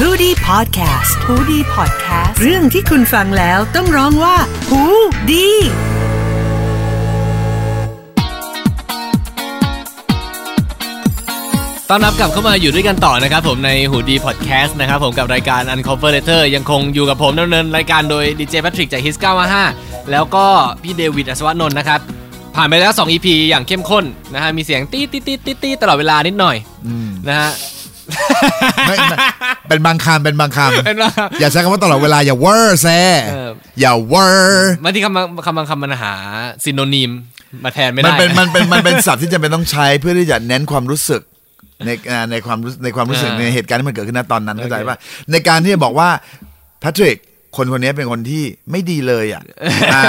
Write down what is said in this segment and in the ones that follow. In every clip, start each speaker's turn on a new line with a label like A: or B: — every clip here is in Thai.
A: h o ดี้พอดแคสต์ฮูดี้พอดแคสต์เรื่องที่คุณฟังแล้วต้องร้องว่าหูดี
B: ต้อนรับกลับเข้ามาอยู่ด้วยกันต่อนะครับผมในหูดีพอดแคสต์นะครับผมกับรายการ Uncover Letter ยังคงอยู่กับผมดำเนินรายการโดยดีเจแพทริกจาก His 955 แล้วก็พี่เดวิดอัศวนนท์นะครับ ผ่านไปแล้ว 2 EP อย่างเข้มข้นนะฮะมีเสียงตีตีตีตีตีตลอดเวลานิดหน่อยนะฮะ
C: ไม่ไม่เป็นบางคำเป็นบางค
B: เป็นบางคำ
C: ำอย่าใช้คำว่าตลอดเวลาอย่าเวอร์แซ่
B: เออ
C: อย่าเวอร์
B: บางทีคำบางคำบางคำมันหาซินโนนิมมาแทนไม่
C: มัน
B: ได้
C: เป็นมันเป็นมันเป็นศัพท์ที่จำเป็นต้องใช้เพื่อที่จะเน้นความรู้สึกในอ่าในความรู้ในความรู้สึก
B: อ่า
C: ในเหตุการณ์ที่มันเกิดขึ้นณตอนนั้นเข้าใจ
B: โอเค
C: ป่ะในการที่จะบอกว่าแพทริกคนคนนี้เป็นคนที่ไม่ดีเลยอ่ะอ่า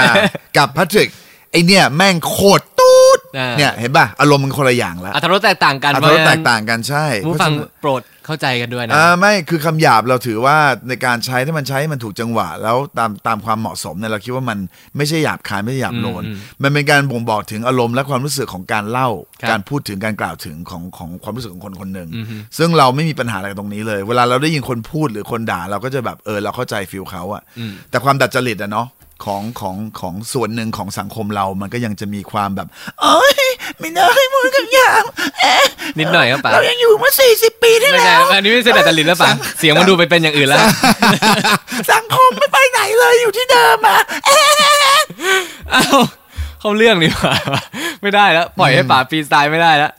C: กับแพทริกไอเนี่ยแม่งโคตรตุ๊ด
B: อ่า
C: เนี่ยเห็นป่ะอารมณ์มันคนละอย่างแล้ว
B: อัตรสแตกต่างกัน
C: อัตราแตกต่างกันใช่
B: ผู้
C: เพราะ
B: ฟัง
C: ฉะนั้น
B: โปรดเข้าใจกันด้วยนะ
C: อ่าไม่คือคำหยาบเราถือว่าในการใช้ถ้ามันใช้ให้มันถูกจังหวะ แล้วตามตามความเหมาะสมเนี่ยเราคิดว่ามันไม่ใช่หยาบคายไม่ใช่หยาบโลนมันเป็นการบ่งบอกถึงอารมณ์และความรู้สึกของการเล่า
B: ครับ
C: การพูดถึงการกล่าวถึงของของความรู้สึกของคนคนหนึ่งซึ่งเราไม่มีปัญหาอะไรกับตรงนี้เลย เวลาเราได้ยินคนพูดหรือคนด่าเราก็จะแบบเออเราเข้าใจฟิลเขาอะแต่ความดัดจริตอะเนาะของของของส่วนหนึ่งของสังคมเรามันก็ยังจะมีความแบบเอ้ยไม่น่าให้มูลกับหยาบเอ๊ะ
B: นิดหน่อยครับป๋า
C: เรายังอยู่มาสี่สิบปีที่
B: ไม่
C: แล้
B: ใช่
C: ว
B: อันนี้ไม่ใช่แต่ตลินแล้วป่ะเสียงมันดูไปเป็นอย่างอื่นแล้ว
C: สังคมไม่ไปไหนเลยอยู่ที่เดิมอ่ะ
B: อ้าวเข้าเรื่องดีกว่า ไม่ได้แล้ว ปล่อยให้ป๋าฟรีสไตล์ไม่ได้แล้ว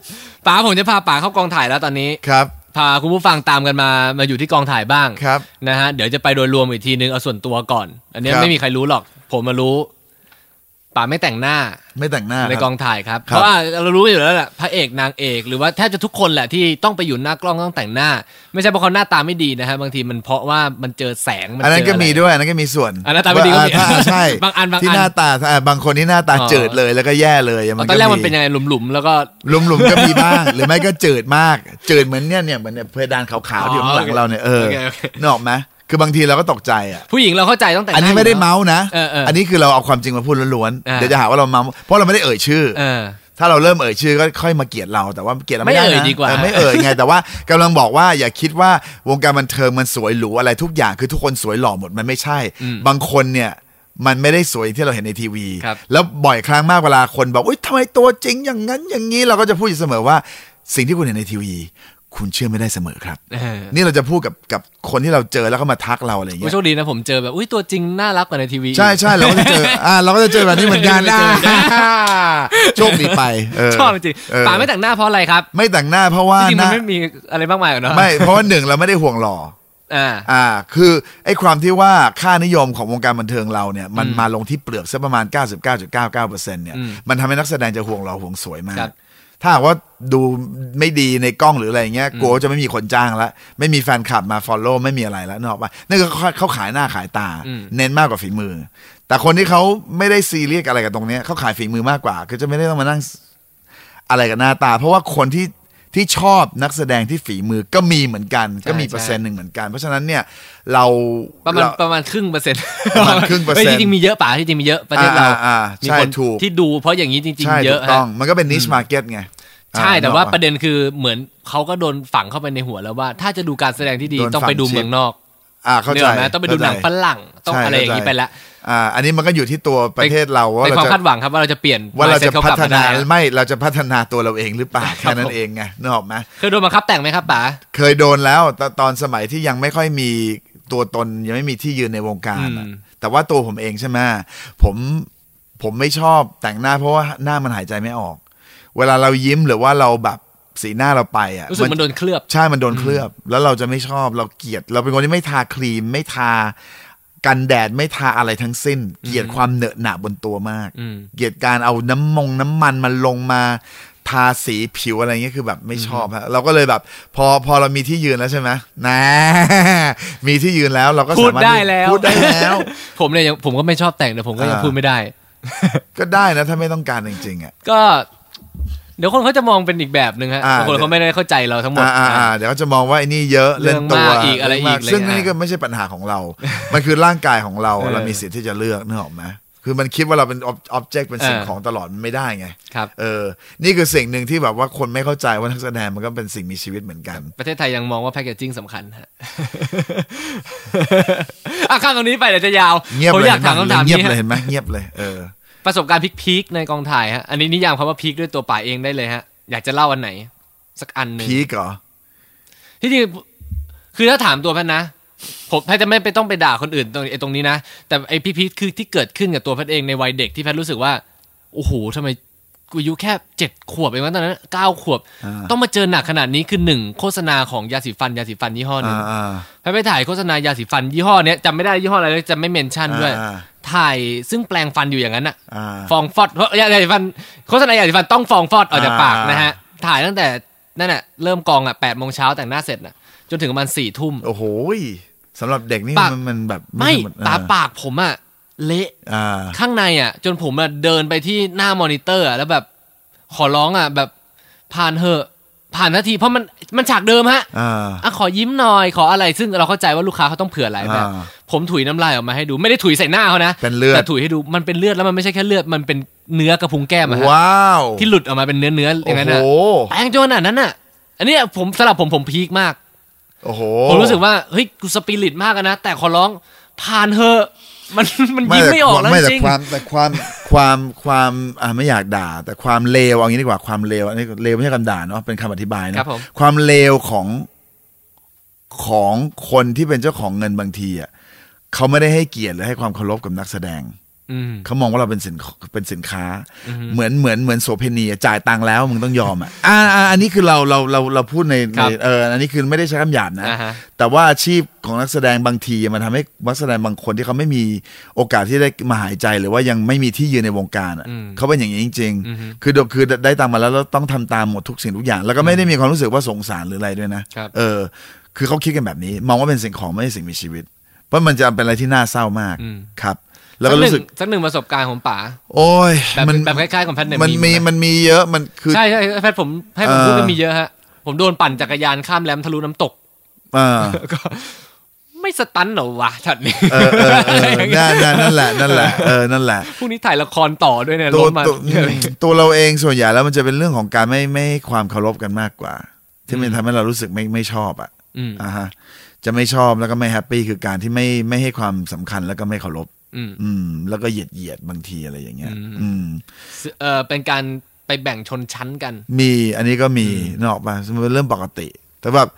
B: ป๋าผมจะพาป๋าเข้ากองถ่ายแล้วตอนนี้
C: ครับ
B: พาคุณผู้ฟังตามกันมามาอยู่ที่กองถ่ายบ้าง
C: ครับ
B: นะฮะเดี๋ยวจะไปโดยรวมอีกทีนึงเอาส่วนตัวก่อน อันเนี้ย
C: ครับ
B: ไม่มีใครรู้หรอก ผมมารู้ป๋าไม่แต่งหน้า
C: ไม่แต่งหน้า
B: ใน
C: ครับ
B: กองถ่ายครับ
C: ค
B: เพ
C: รับ
B: ราะว่าเรารู้อยู่แล้วแหละพระเอกนางเอกหรือว่าแทบจะทุกคนแหละที่ต้องไปอยู่หน้ากล้องต้องแต่งหน้า ไม่ใช่เพราะเขาหน้าตาไม่ดีนะฮะบางทีมันเพราะว่ามันเจอแสงมั
C: อันนั้น
B: เจอ
C: ก็
B: อะไร
C: มีด้วยอันนั้นก็มีส่วน
B: อันนั้นตาไม่ดีก็มี
C: ว่าอ่าถ้าใช่
B: บางอันบางอัน
C: ที่หน้าตาอ่าบางคนที่หน้าตา
B: อ๋อ
C: จืดเลยแล้วก็แย่เลยะ
B: ตอนแรกมันเป็นยังไงหลุมๆแล้วก็
C: หลุมๆก็มีบ้าง หรือไม่ก็จืดมากจืดเหมือนเนี่ยเนี่ยเหมือนเนี่ยเพดานขาวๆที่อยู่ข้างหลัง
B: อ๋อโอเค
C: เราเนี่ยเออ
B: โอเคโอเค
C: นกออกไหมคือบางทีเราก็ตกใจอ่ะ
B: ผู้หญิงเราเข้าใจต้องแต่งห
C: อัน
B: น้า
C: นี้ไม่ได้
B: ยู่แล้ว
C: เมาส์นะ
B: เออเอออั
C: นนี้คือเราเอาความจริงมาพูดล้วน
B: อ่า
C: ๆเดี๋ยวจะหาว่าเราเมาส์เพราะเราไม่ได้เอ่ยชื่อ
B: เออ
C: ถ้าเราเริ่มเอ่ยชื่อก็ค่อยมาเกลียดเราแต่ว่าเกลียดเราไม่
B: ไม่
C: ได้
B: เอ่ย
C: นะ
B: ดีกว่า
C: เออไม่เอ่ย ไง แต่ว่ากำลังบอกว่าอย่าคิดว่าวงการบันเทิงมันสวยหรูอะไรทุกอย่างคือทุกคนสวยหล่อหมดมันไม่ใช่ บางคนเนี่ยมันไม่ได้สวยที่เราเห็นในทีวี
B: ครับ
C: แล้วบ่อยครั้งมากเวลาคนบอกอุ้ยทำไมตัวจริงอย่างนั้นอย่างนี้เราก็จะพูดอยู่เสมอว่า สิ่งที่คุณเห็นในทีวี คุณเชื่อไม่ได้เสมอครับ
B: เออ
C: นี่เราจะพูดกับกับคนที่เราเจอแล้วเขามาทักเราอะไรอย่าง
B: โอ้ย
C: เงี้ย
B: โชคดีนะผมเจอแบบอุ้ยตัวจริงน่ารักกว่าในทีวี
C: ใช่ใช่เราก็จะเจออ่าเราก็จะเจอแบบนี้เหมือนกันนะโชคดีไปเ
B: ชอบจริง
C: เออ
B: ป๋าไม่แต่งหน้าเพราะอะไรครับ
C: ไม่แต่งหน้าเพราะว่า
B: จริงๆ
C: ห
B: มัน
C: น้า
B: ไม่มีอะไรมากมายหรอกเนาะ
C: ไม่เพราะว่าหนึ่งเราไม่ได้ห่วงหล่อ
B: อ่า
C: อ่า คือไอ้ความที่ว่าค่านิยมของวงการบันเทิงเราเนี่ย มันมาลงที่เปลือกสักประมาณ 99.99%เนี่ย มันทำให้นักแสดงจะห่วงหล่อห่วงสวยมา
B: ครั
C: ก
B: บ
C: ถ้าหากว่าดูไม่ดีในกล้องหรืออะไรอย่างเงี้ยกลัวว่าจะไม่มีคนจ้างละไม่มีแฟนคลับมาฟอลโล่ไม่มีอะไรแล้วนกออกปะนั่นก็เขาขายหน้าขายตา เน้นมากกว่าฝีมือ แต่คนที่เขาไม่ได้ซีเรียสอะไรกับตรงเนี้ยเขาขายฝีมือมากกว่า ก็จะไม่ได้ต้องมานั่ง อะไรกับหน้าตา เพราะว่าคนที่ที่ชอบนักแสดงที่ฝีมือก็มีเหมือนกัน
B: ใช่
C: ก็มีเปอร์เซ็นต์หนึ่งเหมือนกัน เพราะฉะนั้นเนี่ยเรา
B: ประมาณ
C: เ
B: ประมาณครึ่งเปอร์เซ็นต์
C: ประมาณครึ่งเปอร์เซ็นต์
B: ฮ้ยจริงๆมีเยอะป๋าที่จริงมีเยอะประเทศเรา
C: อ่าอ่าอ่า
B: มี
C: ใช่
B: คน
C: ถูก
B: ที่ดูเพราะอย่างนี้จริง
C: ใช่
B: ๆเย
C: ถู
B: อะ
C: ก
B: ฮะ
C: ต้องมันก็เป็นนิชมาร์เก็ตไง
B: ใช่
C: อ่
B: แต่ว่า
C: นึกออก
B: ป
C: ป
B: ระเด็นคือเหมือนเขาก็โดนฝังเข้าไปในหัวแล้วว่า ถ้าจะดูการแสดงที่ดี
C: โดนฝัง
B: ต้องไปดู
C: ชิป
B: เมืองนอก
C: อ่าเข้า
B: ก
C: ใจ
B: ออกไหมต้องไปดูหนังฝ
C: เข้าใจ
B: รั่งต้อง
C: ใช่
B: อะไรอย่างนี้
C: เข้าใจ
B: ไปละ
C: อ่าอันนี้มันก็อยู่ที่ตัวประเทศเราว่า
B: ในค
C: เรา
B: วาม
C: จะ
B: คาดหวังครับว่าเราจะเปลี่ยน
C: ว่าเราจะ
B: mindset ขก
C: พั
B: ลับ
C: ฒ
B: ม
C: นา
B: ได้อะ
C: ไม่เราจะพัฒนาตัวเราเองหรือเปล่า
B: ครับ
C: แค่นั้
B: ผ
C: น
B: ม
C: เองไงนึกออกไหม
B: เคยโดนบังคับแต่งไหมครับป๋า
C: เคยโดนแล้วตตอนสมัยที่ยังไม่ค่อยมีตัวตนยังไม่มีที่ยืนในวงการอะ
B: อืม
C: แต่ว่าตัวผมเองใช่ไหมผมผมไม่ชอบแต่งหน้าเพราะว่าหน้ามันหายใจไม่ออก เวลาเรายิ้มหรือว่าเราแบบสีหน้าเราไปอ่ะ
B: รู้สึกมันโดนเคลือบ
C: ใช่มันโดนเคลือบ แล้วเราจะไม่ชอบเราเกลียด เราเป็นคนที่ไม่ทาครีม ไม่ทากันแดดไม่ทาอะไรทั้งสิ้น เกลียดความเหนอะหนะบนตัวมาก
B: อืม
C: เกลียดการเอาน้ำมงน้ำมันมาลงมาทาสีผิวอะไรเงี้ยคือแบบไม่ชอบฮะเราก็เลยแบบ พอพอเรามีที่ยืนแล้วใช่ไหม นะมีที่ยืนแล้วเราก็
B: พูด
C: สามารถ
B: ได้แล้ว
C: พูดได้แล้ว
B: ผมเนี่ยยังผมก็ไม่ชอบแต่งแต่ผมก็ยัง
C: อ่า
B: พูดไม่ได้
C: ก็ได้นะถ้าไม่ต้องการจริงๆอ่ะ
B: ก็ เดี๋ยวคนเขาจะมองเป็นอีกแบบหนึ่งฮะ
C: อ่า
B: บางคนเขาไม่ได้เข้าใจเราทั้งหมด
C: อ่าอ่าเดี๋ยวเขาจะมองว่าไอ้นี่เยอะเล่นตัว
B: เรื่องมากอีกอะไรอีก
C: เมาก
B: อะไร
C: ซึ่ง
B: เงี้ย
C: นี่ก็ไม่ใช่ปัญหาของเรา มันคือร่างกายของเรา
B: เออ
C: เรามีสิทธิ์ที่จะเลือกนึกออกไหม คือมันคิดว่าเราเป็นออบเจกต์เป็นสิ่ง
B: เออ
C: ของตลอดมันไม่ได้ไง
B: ครับ
C: เออ นี่คือสิ่งหนึ่งที่แบบว่าคนไม่เข้าใจว่านักแสดงมันก็เป็นสิ่งมีชีวิตเหมือนกัน
B: ประเทศไทยยังมองว่าแพคเกจจิ้งสำคัญฮะ อ่ะข้ามตรงนี้ไปเดี๋ยวจะยาว
C: เงียบ
B: ผม
C: เลย
B: อยากถามคำถาม
C: เงียบ
B: นี้
C: เล
B: ฮะ
C: ยเห็นไหมเงียบเลย เออ
B: ประสบการณ์พีคๆในกองถ่ายฮะ อันนี้นิยามคำว่าพีคด้วยตัวป่าเองได้เลยฮะ อยากจะเล่าอันไหน สักอันหนึ่ง
C: พีกเหรอ
B: ที่จริงคือถ้าถามตัวแพทย์นะ ผมแพทย์จะไม่ไปต้องไปด่าคนอื่นตรงไอ้ตรงนี้นะ แต่ไอ้พีคๆคือที่เกิดขึ้นกับตัวแพทย์เองในวัยเด็กที่แพทย์รู้สึกว่า โอ้โหทำไมกูอายุแค่เจ็ดขวบเองวะตอนนั้นเก้าขวบ
C: อ่า
B: ต้องมาเจอหนักขนาดนี้คือหนึ่งโฆษณาของยาสีฟันยาสีฟันยี่ห้อหนึ่ง
C: อ่าอ่า
B: แพทย์ไปถ่ายโฆษณายาสีฟันยี่ห้อเนี้ยจำไม่ได้ยี่ห้ออะไรเลยจะไม่เมนชั่นด้วย
C: อ่า
B: ถ่ายซึ่งแปลงฟันอยู่อย่างนั้นอะ
C: อ่า
B: ฟองฟอดเพราะยาสีฟันโฆษณายาสีฟันต้องฟองฟอดออกจากปาก
C: อ่า
B: นะฮะ ถ่ายตั้งแต่นั่นแหละเริ่มกองอะแปดโมงเช้าแต่งหน้าเสร็จอะจนถึงประมาณสี่ทุ่ม
C: โอ้โหยสำหรับเด็กนี่
B: ปาก
C: มันมันแบบ
B: ไม่
C: ธรรด
B: ตาปากผมอะเละ
C: อ่า
B: ข้างในอะจนผมอะเดินไปที่หน้ามอนิเตอร์อะแล้วแบบขอร้องอะแบบผ่านเหอะผ่านทันทีเพราะมันมันฉากเดิมฮะ
C: อ่า
B: อ่ะขอยิ้มหน่อยขออะไรซึ่งเราเข้าใจว่าลูกค้าเขาต้องเผื่อหลายแบบ
C: อ่า
B: ผมถุยน้ำลายออกมาให้ดูไม่ได้ถุยใส่หน้าเขานะ
C: เป็นเลือด
B: แต่ถุยให้ดูมันเป็นเลือดแล้วมันไม่ใช่แค่เลือดมันเป็นเนื้อกระพุ้งแก้มอะฮะ
C: ว้าว
B: ที่หลุดออกมาเป็นเนื้อเนื้อๆอ
C: โอ้
B: ย่างนั้น
C: โห
B: อะแปลงจนขนาดนั้นอะอันเนี้ยผมสำหรับผมผมพีคมาก
C: โอ้โห
B: ผมรู้สึกว่าเฮ้ยกูสปิริตมากอะนะแต่ขอร้องผ่านเถอะมันมันยิ้มไม่ออกแล้ว
C: ไม่แต่
B: จริง
C: ความแต่ความความความอ่าไม่อยากด่า แต่ความเลวเอางี้ดีกว่าความเลวอันนี้เลวไม่ใช่คำด่าเนาะเป็นคำอธิบาย
B: ครั
C: นะ
B: บผม
C: ความเลวของของคนที่เป็นเจ้าของเงินบางทีอ่ะเขาไม่ได้ให้เกียรติหรือให้ความเคารพกับนักแสดง
B: อืม
C: เขามองว่าเราเป็นสินเป็นสินค้า เหมือนเหมือนเหมือนโสเพณีอะจ่ายตังค์แล้วมึงต้องยอมอ่ะอ่าอ่าอันนี้คือเราเราเราเราพูดใน
B: ค
C: ใน
B: รับ
C: เอออันนี้คือไม่ได้ใช้คำหยาบนะ
B: อ่าฮะ
C: แต่ว่าอาชีพของนักแสดงบางทีมันทำให้นักแสดงบางคนที่เขาไม่มีโอกาสที่ได้มาหายใจหรือว่ายังไม่มีที่ยืนในวงการอะ
B: อืม
C: เขาเป็นอย่างนี้จริง
B: อือฮึ
C: ๆ คือเดี๋ยวคือได้ตังค์มาแล้วแล้วต้องทำตามหมดทุกสิ่งทุกอย่าง แล้วก็ไม่ได้มีความรู้สึกว่าสงสารหรืออะไรด้วยนะ
B: ครับ
C: เออ คือเขาคิดกันแบบนี้ มองว่าเป็นสิ่งของไม่ใช่สิ่งมีชีวิต เพราะมันจะเป็นอะไรที่น่าเศร้ามาก
B: อืม
C: ครับ แล้วก็รู้สึก
B: สักหนึ่งประสบการณ์ของป๋า
C: โอ้ย
B: แบบ
C: มัน
B: แบบคล้ายๆของแพทย์เนี่ย
C: มันมี
B: ไห
C: มันมีเยอะมันคือ
B: ใช่ใช่แพทย์ผมให้ผมพูด
C: เอ่อ
B: ก็มีเยอะฮะ ผมโดนปั่นจักรยานข้ามแรมทะลุน้ำตก
C: เออ
B: ก็ไม่สตันเหรอวะช็อตนี้
C: เออเออเอ อนั่นนั่นนั่นแหละนั่นแหละเออนั่นแหละ
B: พรุ่งนี้ถ่ายละครต่อด้วยเนี่ยร
C: ตัว
B: ถมา
C: ตัวตัวเราเองส่วนใหญ่แล้วมันจะเป็นเรื่องของการไม่ไม่ให้ความเคารพกันมากกว่า ที่มันทำให้เรารู้สึกไม่ไม่ชอบอ่ะ
B: อืม
C: อ่าฮะจะไม่ชอบแล้วก็ไม่แฮปปี้คือการที่ไม่ไม่ให้ความสำคัญแล้วก็ไม่เคารพ
B: อืม
C: อืม แล้วก็เหยียดเหยียดบางทีอะไรอย่างเงี้ย
B: อืม
C: อืม
B: เออเป็นการไปแบ่งชนชั้นกัน
C: มีอันนี้ก็มีนกออกมามันเป็นเรื่องปกติ แต่แบบ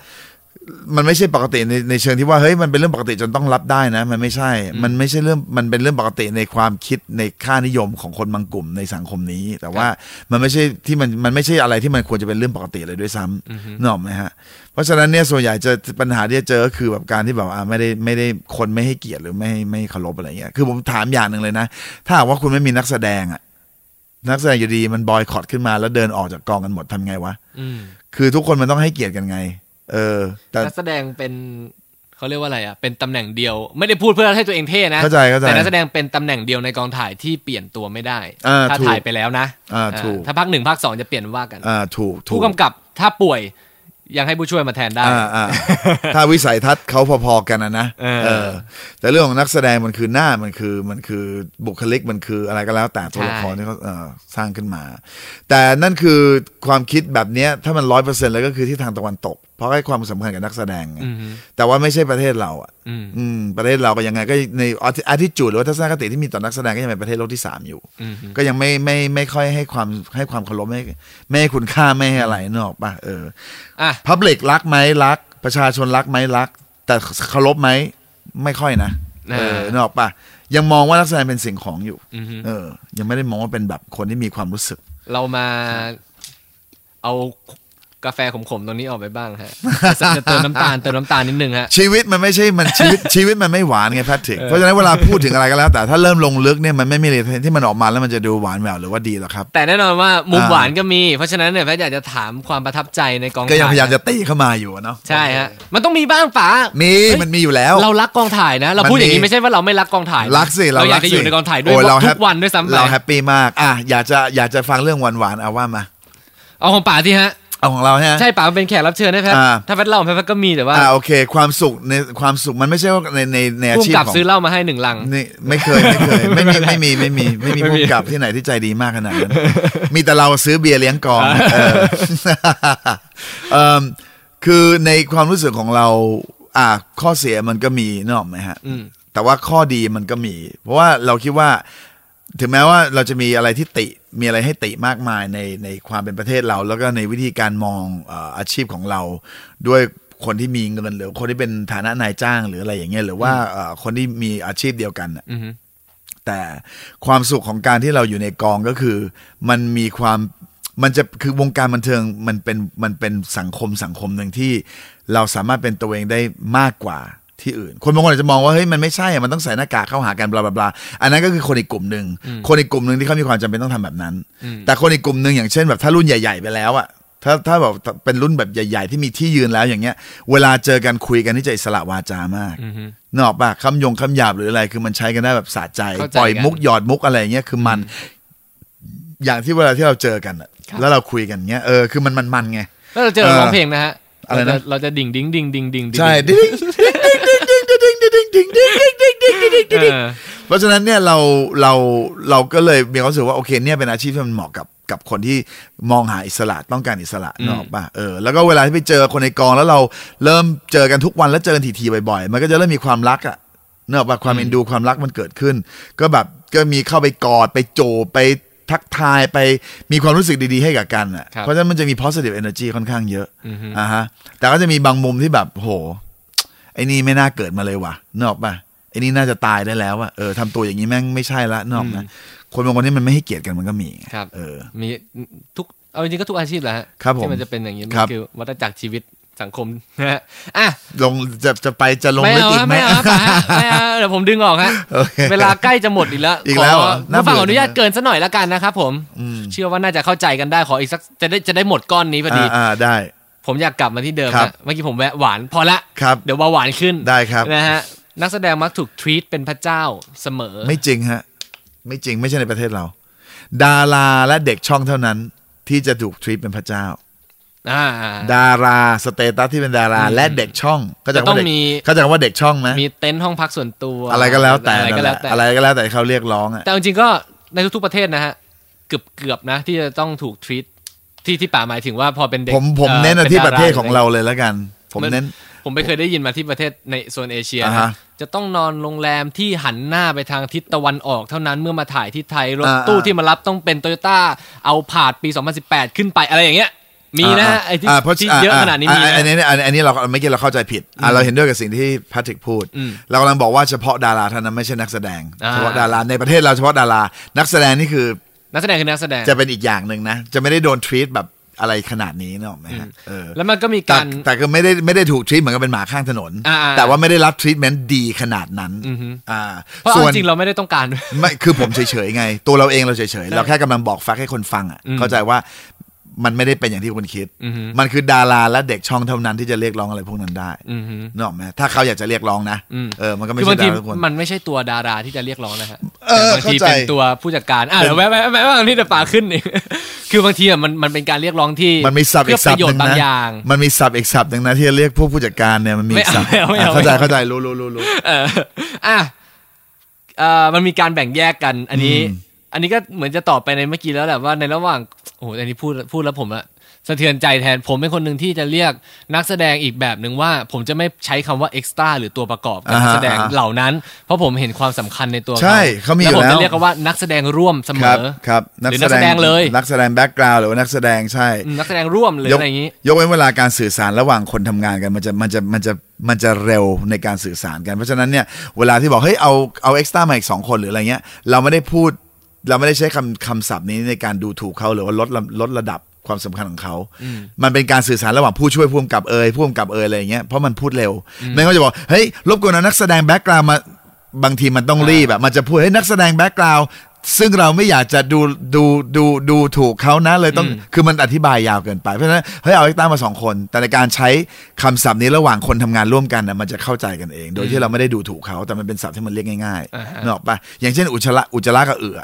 C: มันไม่ใช่ปกติในในเชิงที่ว่าเฮ้ยมันเป็นเรื่องปกติจนต้องรับได้นะ มันไม่ใช่ มันไม่ใช่เรื่องมันเป็นเรื่องปกติในความคิดในค่านิยมของคนบางกลุ่มในสังคมนี้ แต่ว่ามันไม่ใช่ที่มันมันไม่ใช่อะไรที่มันควรจะเป็นเรื่องปกติเลยด้วยซ้ำนกออกไหมฮะเพราะฉะนั้นเนี่ยส่วนใหญ่จะปัญหาที่จะเจอก็คือแบบการที่แบบว่าอ่าไม่ได้ไม่ได้คนไม่ให้เกียรติหรือไม่ไม่เคารพอะไรเงี้ยคือผมถามอย่างหนึ่งเลยนะ ถ้าหากว่าคุณไม่มีนักแสดงอะ นักแสดงอยู่ดีมันบอยคอตขึ้นมาแล้วเดินออกจากกองกันหมดทำไงวะ
B: อืม
C: คือทุกคนมันต้องให้เกียรติกันไง เออ แต่
B: นักแสดงเป็นเขาเรียกว่าอะไรอ่ะเป็นตำแหน่งเดียว ไม่ได้พูดเพื่อให้ตัวเองเท่นะ
C: เข้าใจเข้าใจ
B: แต่นักแสดงเป็นตำแหน่งเดียวในกองถ่ายที่เปลี่ยนตัวไม่ได้
C: อ่า
B: ถ้า
C: ถูก
B: ถ่ายไปแล้วนะ
C: อ่า
B: อ่า
C: ถูก
B: ถ้าภาคหนึ่งภาคสองจะเปลี่ยนว่ากัน
C: อ่าถูกถู
B: ผู้กำกับถ้าป่วยยังให้ผู้ช่วยมาแทนได้
C: อ่า อ่าถ้าวิสัยทัศน์เขาพอๆกันนะนะ
B: เออ
C: แต่เรื่องของนักแสดงมันคือหน้ามันคือมันคือบุคลิกมันคืออะไรก็แล้ว แต่ตัวละครที่เขาเอ่อสร้างขึ้นมา แต่นั่นคือความคิดแบบเนี้ยถ้ามันร้อยเปอร์เซ็นต์เลยก็คือที่ทางตะวันตก เพราะให้ความสำคัญกับนักแสดงไง
B: อืมฮึ
C: แต่ว่าไม่ใช่ประเทศเราอ่ะ
B: อืม
C: อืมประเทศเราก็ยังไงก็ในอาทิจูดหรือว่าทัศนคติที่มีต่อนักแสดงก็ยังเป็นประเทศโลกที่สามอยู่
B: อืม
C: ก็ยังไม่ไม่ไม่ค่อยให้ความให้ความเคารพไม่ไม่ให้คุณค่าไม่ให้อะไรนกออกป่ะเออ
B: อ่ะ
C: พับลิกรักไหมรัก ประชาชนรักไหมรัก แต่เคารพไหมไม่ค่อยนะ
B: อ่า
C: เออนกออกป่ะยังมองว่านักแสดงเป็นสิ่งของอยู่
B: อือฮึ
C: เออ ยังไม่ได้มองว่าเป็นแบบคนที่มีความรู้สึก
B: เรามาเอากาแฟขมๆตรงนี้ออกไปบ้างฮะ จะเติมน้ำตาลเติมน้ำตาลนิดนึงฮะ
C: ชีวิตมันไม่ใช่มันชีวิต ชีวิตมันไม่หวานไงแพทริกเพราะฉะนั้นเวลาพูดถึงอะไรก็แล้ว แต่ถ้าเริ่มลงลึกเนี่ยมันไม่มีอะไรที่มันออกมาแล้วมันจะดูหวานแหววหรือว่าดีหรอกครับ
B: แต่แน่นอนว่ามุม
C: อ่า
B: หวานก็มี เพราะฉะนั้นเนี่ยแพทย์อยากจะถามความประทับใจในกอง
C: ก็ยัง
B: ถ่าย
C: พยายามจะตีเข้ามาอยู่อะเนาะ
B: ใช่ฮะ มันต้องมีบ้างป๋า
C: มี
B: เฮ้ย
C: มันมีอยู่แล้ว
B: เรารักกองถ่ายนะ เราพูดอ
C: มันมี
B: ย่างนี้ไม่ใช่ว่าเราไม่รักกองถ่ายนะ
C: รักสิเรา
B: เราอยา
C: รั
B: ก
C: ก
B: จะ
C: สิ
B: อยู่ในกองถ่ายด้วย
C: โเรา
B: ทุกวันด้วยซ้ำไป
C: เราแฮปปี้มาก อ่ะอยากจะอยากจะฟังเรื่องหวานๆเอาว่ามา
B: เอาของป๋าที่ฮะ
C: เอาของเราใช่ไหม
B: ใช่ป๋าเป็นแขกรับเชิญนะแพท
C: อ่า
B: ถ้าแพทเล่าของแพทก็มีแต่ว่า
C: อ่าโอเค ความสุขในความสุขมันไม่ใช่ว่าในในในอา
B: พุ่ม
C: ชีพ
B: กลับ
C: ของ
B: ซื้อเหล้ามาให้หนึ่งลัง
C: นี่ไม่เคยไม่เคย ไม่มีไม่มีไม่มีไม่มี
B: ไม่มี
C: ผู้กำกับที่ไหนที่ใจดีมากขนาดนั้น มีแต่เราซื้อเบียร์เลี้ยงกองเออ เอิ่มคือในความรู้สึกของเรา อ่า ข้อเสียมันก็มีนึกออกไหมฮะ
B: อืม
C: แต่ว่าข้อดีมันก็มี เพราะว่าเราคิดว่า ถึงแม้ว่าเราจะมีอะไรที่ติมีอะไรให้ติมากมายในในความเป็นประเทศเรา แล้วก็ในวิธีการมองเอออาชีพของเรา ด้วยคนที่มีเงินหรือคนที่เป็นฐานะนายจ้างหรืออะไรอย่างเงี้ยหรือว่าเอ่อคนที่มีอาชีพเดียวกันน่ะ
B: อือฮึ
C: แต่ความสุขของการที่เราอยู่ในกองก็คือ มันมีความมันจะคือวงการบันเทิงมันเป็นมันเป็นสังคมสังคมหนึ่งที่เราสามารถเป็นตัวเองได้มากกว่าที่อื่น คนบางคนอาจจะมองว่าเฮ้ยมันไม่ใช่อะมันต้องใส่หน้ากากเข้าหากันบลาบลาบลาอันนั้นก็คือคนอีกกลุ่มหนึ่งคนอีกกลุ่มหนึ่งที่เขามีความจำเป็นต้องทำแบบนั้น แต่คนอีกกลุ่มหนึ่งอย่างเช่นแบบถ้ารุ่นใหญ่ ๆ ไปแล้วอะถ้าถ้าแบบเป็นรุ่นแบบใหญ่ ๆ ที่มีที่ยืนแล้วอย่างเงี้ย เวลาเจอกันคุยกันที่จะอิสระวาจามากนกออกปะคำยงคำหยาบหรืออะไรคือมันใช้กันได้แบบสะใจ
B: เข้าใจ
C: ปล่อย
B: กัน
C: มุกหยอดมุกอะไรอย่างเงี้ยคือมัน อย่างที่เวลาที่เราเจอกันอะแล้วเราคุยกันเงี้ยเออคือมันมันมันๆไง
B: แล้วเราเจอเราร้องเพลงนะฮะ
C: อะไรนะ
B: เราจเราจะดิ่งดิ่งดิ่งดิ่งดิ่งดิ่ง
C: ใช่ดิ้งดิ้งดิ้งดิ้งดิ้งดิ้งดิ้งดิ้งดิ้งดิ้งดิ้งดิ้ง
B: เออ
C: เพราะฉะนั้นเนี่ยเราเราเราก็เลยมีความรู้สึกว่าโอเคเนี่ยเป็นอาชีพที่มันเหมาะกับกับคนที่มองหาอิสระต้องการอิสระ
B: อืม
C: นกออกป่ะเออแล้วก็เวลาที่ไปเจอคนในกองแล้วเราเริ่มเจอกันทุกวันแล้วเจอกันทีๆบ่อยๆ มันก็จะเริ่มมีความรักอะนกออกป่ะความเอ็นดูความรักมันเกิดขึ้น ก็แบบก็มีเข้าไปกอดไปโจบไปทักทายไปมีความรู้สึกดีๆให้กับกันอ่ะ
B: ครับ
C: เพราะฉะนั้นมันจะมี positive energy ค่อนข้างเยอะ
B: อือฮึ
C: อ่าฮะแต่ก็จะมีบางมุมที่แบบโห ไอ้นี่ไม่น่าเกิดมาเลยว่ะนึกออกป่ะไอ้นี่น่าจะตายได้แล้วว่ะเออทำตัวอย่างนี้แม่งไม่ใช่ละนึกออกนะคนบางคนที่มันไม่ให้เกียรติกันมันก็มี
B: ครับ
C: เออ
B: มีทุกเอาจริงๆก็ทุกอาชีพแหละฮะ
C: ครับผม
B: ที่มันจะเป็นอย่างนี้มั
C: ครับ
B: นคือวัฏจักรชีวิตสังคมนะฮะอ่ะ
C: ลงจะจะไปจะลง
B: ไม่
C: ลึ
B: เอา
C: กอี
B: ฮะ
C: กไหม
B: ไม่เอาฮะป๋าฮะไม่เอาเดี๋ยวผมดึงออกฮะ
C: โอเค
B: เวลาใกล้จะหมดอีกแล้ว
C: อีกแล้วเหรอน่า
B: ผู้
C: เบื่อ
B: ฟังขออนุญาต
C: จังเลย
B: เกินสักหน่อยละกันนะครับผมเชื่อว่าน่าจะเข้าใจกันได้ขออีกสักจะได้จะได้หมดก้อนนี้พอดี
C: อ่าอ่าได้
B: ผมอยากกลับมาที่เดิม
C: ครับ
B: ฮะเมื่อกี้ผมแวะหวานพอละ
C: ครับ
B: เดี๋ยวเบาหวานขึ้น
C: ได้ครับ
B: นะฮะนักแสดงมักถูกทรีตเป็นพระเจ้าเสมอ
C: ไม่จริงฮะ ไม่จริงไม่ใช่ในประเทศเรา ดาราและเด็กช่องเท่านั้น ที่จะถูกทรีตเป็นพระเจ้า
B: อ่า
C: ดาราสเตตัสที่เป็นดาราและเด็กช่องเขาใจ
B: จะต้
C: ว่า
B: อง
C: เด็ก
B: มี
C: เขาใจว่าเด็กช่องไหม
B: มีเต็นท์ห้องพักส่วนตัว
C: อะไรก็แล้วแต่
B: อะไร
C: นั่
B: ก็
C: นแห
B: แล้ว
C: ละ
B: แต่
C: อะไรก็แล้วแต่ที่เขาเรียกร้องอ่ะ
B: แต่เอาจริงๆก็ในทุกๆประเทศนะฮะ เกือบเกือบๆนะ ที่จะต้องถูกทรีตที่ที่ป่าหมายถึงว่าพอเป็นเด็ก
C: ผมผม
B: อ่อ
C: เน้น
B: ป็
C: เอาที่ประเทศของ
B: ด
C: เราเลยแล้วกัน ผม
B: มัน
C: เน้น
B: รผมไปเคยได้ยินมาที่ประเทศในโซนเอเชียนะ
C: อ่าฮะ
B: จะต้องนอนโรงแรมที่หันหน้าไปทางทิศตะวันออกเท่านั้นเมื่อมาถ่ายที่ไทยรถ
C: อ่า
B: ตู้
C: อ่า
B: ที่มารับต้องเป็นโตโยต้าเอาผาดปี 2018 ขึ้นไปอะไรอย่างเงี้ย มีนะฮะไอ้ที่
C: อ่าเพราะ
B: ที่เยอะขนาดนี้มี
C: อ่าอัน
B: นะ
C: นี้อันนี้อันนี้เราไม่อกี้เราเข้าใจผิดอ่าเราเห็นด้วยกับสิ่งที่แพทริกพูด
B: อืม
C: เรากำลังบอกว่าเฉพาะดาราเท่านั้นไม่ใช่นักแสดง
B: อ่า
C: เฉพาะดาราในประเทศเราเฉพาะดารานักแสดงนี่คือ
B: นักแสดงคือนักแสดง
C: จะเป็นอีกอย่างหนึ่งนะ จะไม่ได้โดนทรีตแบบอะไรขนาดนี้นะหรอกไหมฮะเออ
B: แล้วมันก็มี
C: แต่
B: การ
C: แต่ก็ไม่ได้ไม่ได้ถูกทรีตเหมือนกับเป็นหมาข้างถนน
B: อ่าอ่า
C: แต่ว่าไม่ได้รับทรีตเมนต์ดีขนาดนั้นอ่า
B: เพราะเอา
C: ส่วน
B: จริงๆเราไม่ได้ต้องการด้วย
C: ไม่คือผมเฉยๆไง ตัวเราเองเราเฉยๆ เราแค่กำลังบอกแฟกต์ให้คนฟังอ่ะ เข้าใจว่ามันไม่ได้เป็นอย่างที่คุณคิด มันคือดาราและเด็กช่องเท่านั้นที่จะเรียกร้องอะไรพวกนั้นได้
B: อือฮึ
C: นึกออกไหมถ้าเขาอยากจะเรียกร้องนะ
B: อืม
C: เออมันก็ไม่
B: คือ
C: ใช่
B: บาง
C: ดา
B: ที
C: ราทุกคน
B: มันไม่ใช่ตัวดาราที่จะเรียกร้องนะฮะ
C: เออ
B: แต่บางที
C: เข้าใจ
B: เป็นตัวผู้จัดการอ่ะเดี๋ยวแวะแวะแวะแวะบางทีแต่ป่ าขึ้นอีก คือบางทีอ่ะมันมันเป็นการเรียกร้องที่
C: มันมีศัพท์
B: เพื่อ
C: อี
B: ก ป
C: ศัพ
B: ระ
C: ท์
B: โย
C: ห
B: ช
C: นึ่
B: น์
C: ง
B: บาง
C: นะ
B: อย่าง
C: มันมีศัพท์อีกศัพท์หนึ่งนะที่จะเรียกพวกผู้จัดการเนี่ยมันมี
B: ไม่
C: อีกศัพท์
B: เอาไม่เอาไม่เอา
C: อ่ะเข้าใจเข้าใจรู้รู้รู้รู้
B: เอ ออ่ะเอ่อมันมีการแบ่งแยกกัน อันนี้
C: อืม
B: อันนี้ก็เหมือนจะตอบไปในเมื่อกี้แล้วแหละว่าในระหว่างโอ้โหอันนี้พูดพูดแล้วผมอะสะเทือนใจแทนผมเป็นคนหนึ่งที่จะเรียกนักแสดงอีกแบบหนึ่งว่า ผมจะไม่ใช้คำว่าเอ็กซ์ตร้าหรือตัวประกอบกับนักแสดงเหล่านั้น เพราะผมเห็นความสำคัญในตัว
C: ใช่เขามีอยู่
B: ผม
C: แล้
B: จะ
C: ว
B: เรียกเขาว่านักแสดงร่วมเสม
C: ครับ
B: อ
C: ครับ
B: หรือนักแสดงเลย
C: นักแสดงแบ็กกราวด์หรือว่านักแสดงใช่
B: อืมนักแสดงร่วมหรืออะไรอย่างนี้
C: กยกเว้นเวลาการสื่อสารระหว่างคนทำงานกันมันจะมันจะมันจะมันจะเร็วในการสื่อสารกัน เพราะฉะนั้นเนี่ยเวลาที่บอกเฮ้ยเอาเอาเอ็กซ์ต้ามาอีกสองคนหรืออะไรเงี้ยเราไม่ได้พูดเราไม่ได้ใช้คำคำศัพท์นี้ในการดูถูกเขาหรือว่าลดลำลดระดับความสำคัญของเขา มันเป็นการสื่อสารระหว่างผู้ช่วยผู้กำกับเอยผู้กำกับเอยอะไรอย่างเงี้ยเพราะมันพูดเร็วไม่งั้นก็จะบอกเฮ้ยรบกวนเอานักแสดงแบ็กกราวมาบางทีมันต้องรีบอะมันจะพูดเฮ้ยนักแสดงแบ็กกราวซึ่งเราไม่อยากจะดูดูดูดูถูกเขานะเลยต้อง คือมันอธิบายยาวเกินไปเพราะฉะนั้นเฮ้ยเอาเอ็กซ์ต้ามาสองคน แต่ในการใช้คำศัพท์นี้ระหว่างคนทำงานร่วมกันนะมันจะเข้าใจกันเอง โดยที่เราไม่ได้ดูถูกเขาแต่มันเป็นศัพท์ที่มันเรียกง่ายๆนกออกปะอย่างเช่นอุจจาระอุจจาระกับเอือ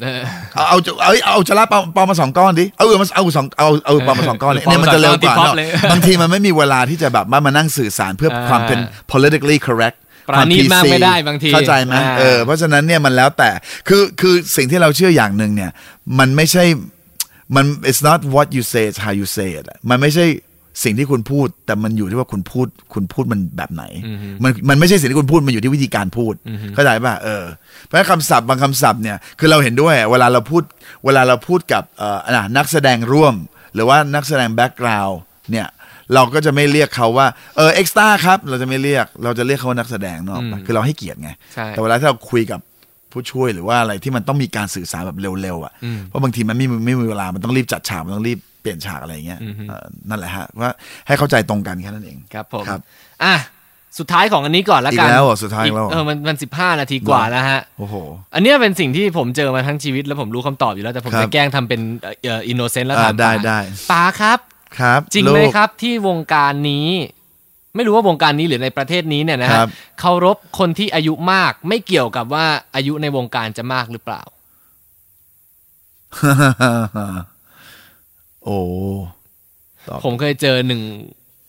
B: เออ
C: เอาเอาจะเอาเอาจะรับปลาปลามาสองก้อนดิเอาเอามาเอาสองเอาเอาปลามาสองก้อนดิ เนี่ยมันจะเร็วก
B: ป
C: ว่า
B: ลามาสองก้อน
C: เนอะ
B: ติดท็อปเลย
C: บางทีมันไม่มีเวลาที่จะแบบว่ามานั่งสื่อสารเพื่อ
B: เออ
C: ความเป็น politically correct
B: ปราณีตมาก
C: คว PC
B: ไม่ได้บางที
C: เข้าใจไหม
B: อ่า
C: เออเพราะฉะนั้นเนี่ยมันแล้วแต่คือคือสิ่งที่เราเชื่ออย่างหนึ่งเนี่ย มันไม่ใช่มัน it's not what you say it's how you say it อะมันไม่ใช่สิ่งที่คุณพูด แต่มันอยู่ที่ว่าคุณพูดคุณพูดมันแบบไหน มันมันไม่ใช่สิ่งที่คุณพูดมันอยู่ที่วิธีการพูดเข้าใจป่ะเออเพราะฉะนั้นคำศัพท์บางคำศัพท์เนี่ยคือเราเห็นด้วยอะเวลาเราพูดเวลาเราพูดกับเอ่ออ่ะนักแสดงร่วม หรือว่านักแสดงแบ็กกราวน์เนี่ยเราก็จะไม่เรียกเขาว่าเออเอ็กซ์ต้าครับเราจะไม่เรียกเราจะเรียกเขาว่านักแสดงเนอะคือเราให้เกียรติไง
B: ใช่
C: แต่ แต่เวลาที่เราคุยกับผู้ช่วยหรือว่าอะไรที่มันต้องมีการสื่อสารแบบเร็วๆอ่ะเพราะบางทีมันไม่มีไม่มีเวลา มันต้องรีบจัดฉาก มันต้องรีบเปลี่ยนฉากอะไรอย่างเงี้ยเอ่อนั่นแหละฮะว่าให้เข้าใจตรงกันแค่นั้นเอง
B: ครับผม
C: ครับ
B: อ่ะ สุดท้ายของอันนี้ก่อนละกัน
C: อีกแล้วเหรอสุดท้าย
B: อีก
C: แล้วเหรอ
B: เออ มันมันสิบห้านาทีกว่าแล้วฮะ
C: โอ้โห
B: อันเนี้ยเป็นสิ่งที่ผมเจอมาทั้งชีวิตแล้วผมรู้คำตอบอยู่แล้ว แต่ผม
C: ครับ
B: จะแกล้งทำเป็นเอ่ออินโนเซนต์แล้ว
C: อ่า
B: ถาม
C: ได้
B: ป๋า
C: ได้
B: ป๋าครับ
C: ครับ
B: จริงไหม
C: ลูก
B: ครับที่วงการนี้ ไม่รู้ว่าวงการนี้หรือในประเทศนี้เนี่ยนะฮะ
C: ครับ
B: เคารพคนที่อายุมากไม่เกี่ยวกับว่าอายุในวงการจะมากหรือเปล่า
C: โอ้ตอบ
B: ผมเคยเจอหนึ่ง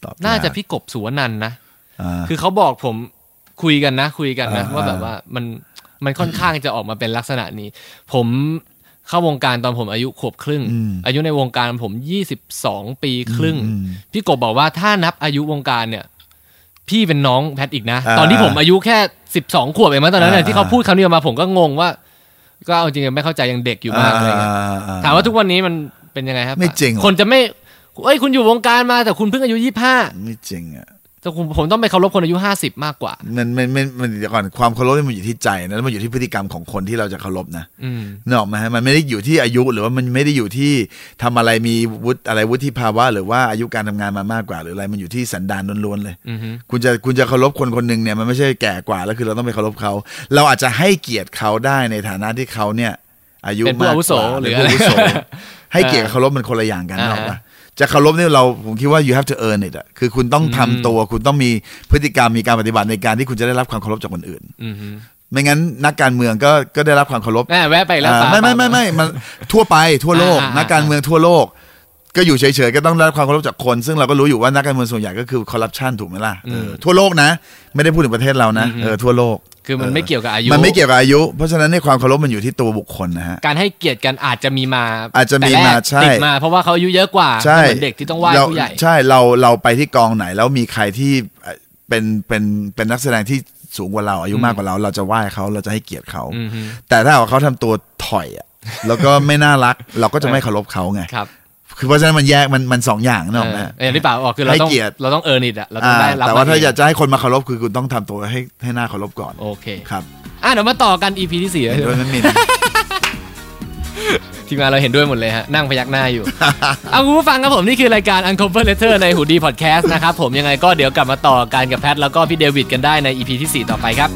C: ตอบ
B: น่าย
C: ก
B: จะพี่กบสุวรรณันท์นะ
C: อ่า
B: คือเขาบอกผมคุยกันนะ คุยกันนะ
C: อ่า
B: ว่าแบบว่ามันมันค่อนข้างจะออกมาเป็นลักษณะนี้ ผมเข้าวงการตอนผมอายุขวบครึ่ง
C: อืม
B: อายุในวงการผมยี่สิบสองปีครึ่ง
C: อืมอืม
B: พี่กบบอกว่าถ้านับอายุวงการเนี่ย พี่เป็นน้องแพทอีกนะ
C: อ่า
B: ตอนที่ผมอายุแค่สิบสองขวบเองมั้งตอนนั้นน่ะ
C: อ่า
B: ที่เขาพูดคำนี้ออกมาผมก็งงว่า ก็เอาจริงๆไม่เข้าใจยังเด็กอยู่มากอะไรเลย
C: อ่
B: ถามว่าทุกวันนี้มันเป็นยังไงครับ
C: ไม่จริงหรอ
B: คนจะไม่เอ้ยคุณอยู่วงการมาแต่คุณเพิ่งอายุยี่ห้า
C: ไม่จริงอ่ะ
B: แต่ผมผมต้องไปเคารพคนอายุห้าสิบมากกว่า
C: มันมันมันมันเดี๋ยวก่อนความเคารพนี่มันอยู่ที่ใจนะแล้วมันอยู่ที่พฤติกรรมของคนที่เราจะเคารพนะ
B: อืม
C: นกออกไหมาฮะมันไม่ได้อยู่ที่อายุหรือว่ามันไม่ได้อยู่ที่ทำอะไรมีวุฒิอะไรวุฒิภาวะ หรือว่าอายุการทำงานมามากกว่า หรืออะไรมันอยู่ที่สันดานล้วนๆเลย
B: อือฮึ
C: คุณจะคุณจะเคารพคนคนหนึ่งเนี่ยมันไม่ใช่แก่กว่าแล้วคือเราต้องไปเคารพเขา เราอาจจะให้เกียรติเขาได้ในฐานะที่เขาเนี่ย อายุ
B: เป็นผู้
C: มาก
B: อาก วุโส
C: ว่า
B: หรือ
C: เป็นผู้วุโส
B: อะไร
C: ให้เกียรติกับเคารพมันคนละอย่างกัน
B: อ่า
C: นกออกปะจะเคารพเนี่ยเราผมคิดว่า you have to earn it อะคือคุณต้องทำตัว คุณต้องมีพฤติกรรมมีการปฏิบัติในการที่คุณจะได้รับความเคารพจากคนอื่น
B: อือฮึ
C: ไม่งั้นนักการเมืองก็ก็ได้รับความเคารพ
B: อ่าแวะไปแล้ว
C: อ่า
B: ป๋า
C: ไม่ไม่ไม่ไม่มันทั่วไปทั่วโลก
B: อ่าอ่า
C: นักการเมืองทั่วโลก ก็อยู่เฉยๆก็ต้องได้รับความเคารพจากคน ซึ่งเราก็รู้อยู่ว่านักการเมืองส่วนใหญ่ก็คือคอร์รัปชันถูกไหมล่ะเออทั่วโลกนะ ไม่ได้พูดถึงประเทศเรานะเออทั่วโลก
B: คือมันไม่เกี่ยวกับอายุ
C: มันไม่เกี่ยวกับอายุ เพราะฉะนั้นในยความเคารพมันอยู่ที่ตัวบุคคลนะฮะ
B: การให้เกียรติกันอาจจะมีมา
C: อาจจะมีมา
B: แต่แรก
C: ใช่
B: ติดมาเพราะว่าเขาอายุเยอะกว่า
C: ใช่
B: เหมือนเด็กที่ต้องไหว้
C: เรา
B: ผู้ใหญ่
C: ใช่เราเราไปที่กองไหนแล้วมีใครที่เอ่อเป็นเป็นเป็นนักแสดงที่สูงกว่าเราอายุมากกว่าเรา เราจะไหว้เขาเราจะให้เกียรติเขา
B: อือฮึ
C: แต่ถ้าหากว่าเขาทำตัวถอยอะแล้วก็ไม่น่ารักเราก็จะไม่เคารพเขาไง
B: ครับ
C: คือเพราะฉะนั้นมันแยกมันมันสองอย่างนะออกไหม
B: เอออย่างที่ป๋าบอกคือเราต้อง
C: ให้เกียรติ
B: เราต้องเออร์นิดอะเราต้อ
C: อ่าง
B: ได้รับ
C: แต่ว่าถ้า
B: มันเง
C: อยากจะให้คนมาเคารพคือคุณต้องทำตัวให้ให้หน้าเคารพก่อน
B: โอเค
C: ครับ
B: อ่ะเดี๋ยวมาต่อกัน EP ที่สี่
C: เห็นด้วยไหมมิน
B: ทีมงานเราเห็นด้วยหมดเลยฮะนั่งพยักหน้า อยู่ เอาคุณผู้ฟังครับผมนี่คือรายการ Uncover Letter ในหูดีพอดแคสต์นะครับผมยังไงก็เดี๋ยวกลับมาต่อกันกับแพทแล้วก็พี่เดวิดกันได้ใน EP ที่สี่ต่อไปครับ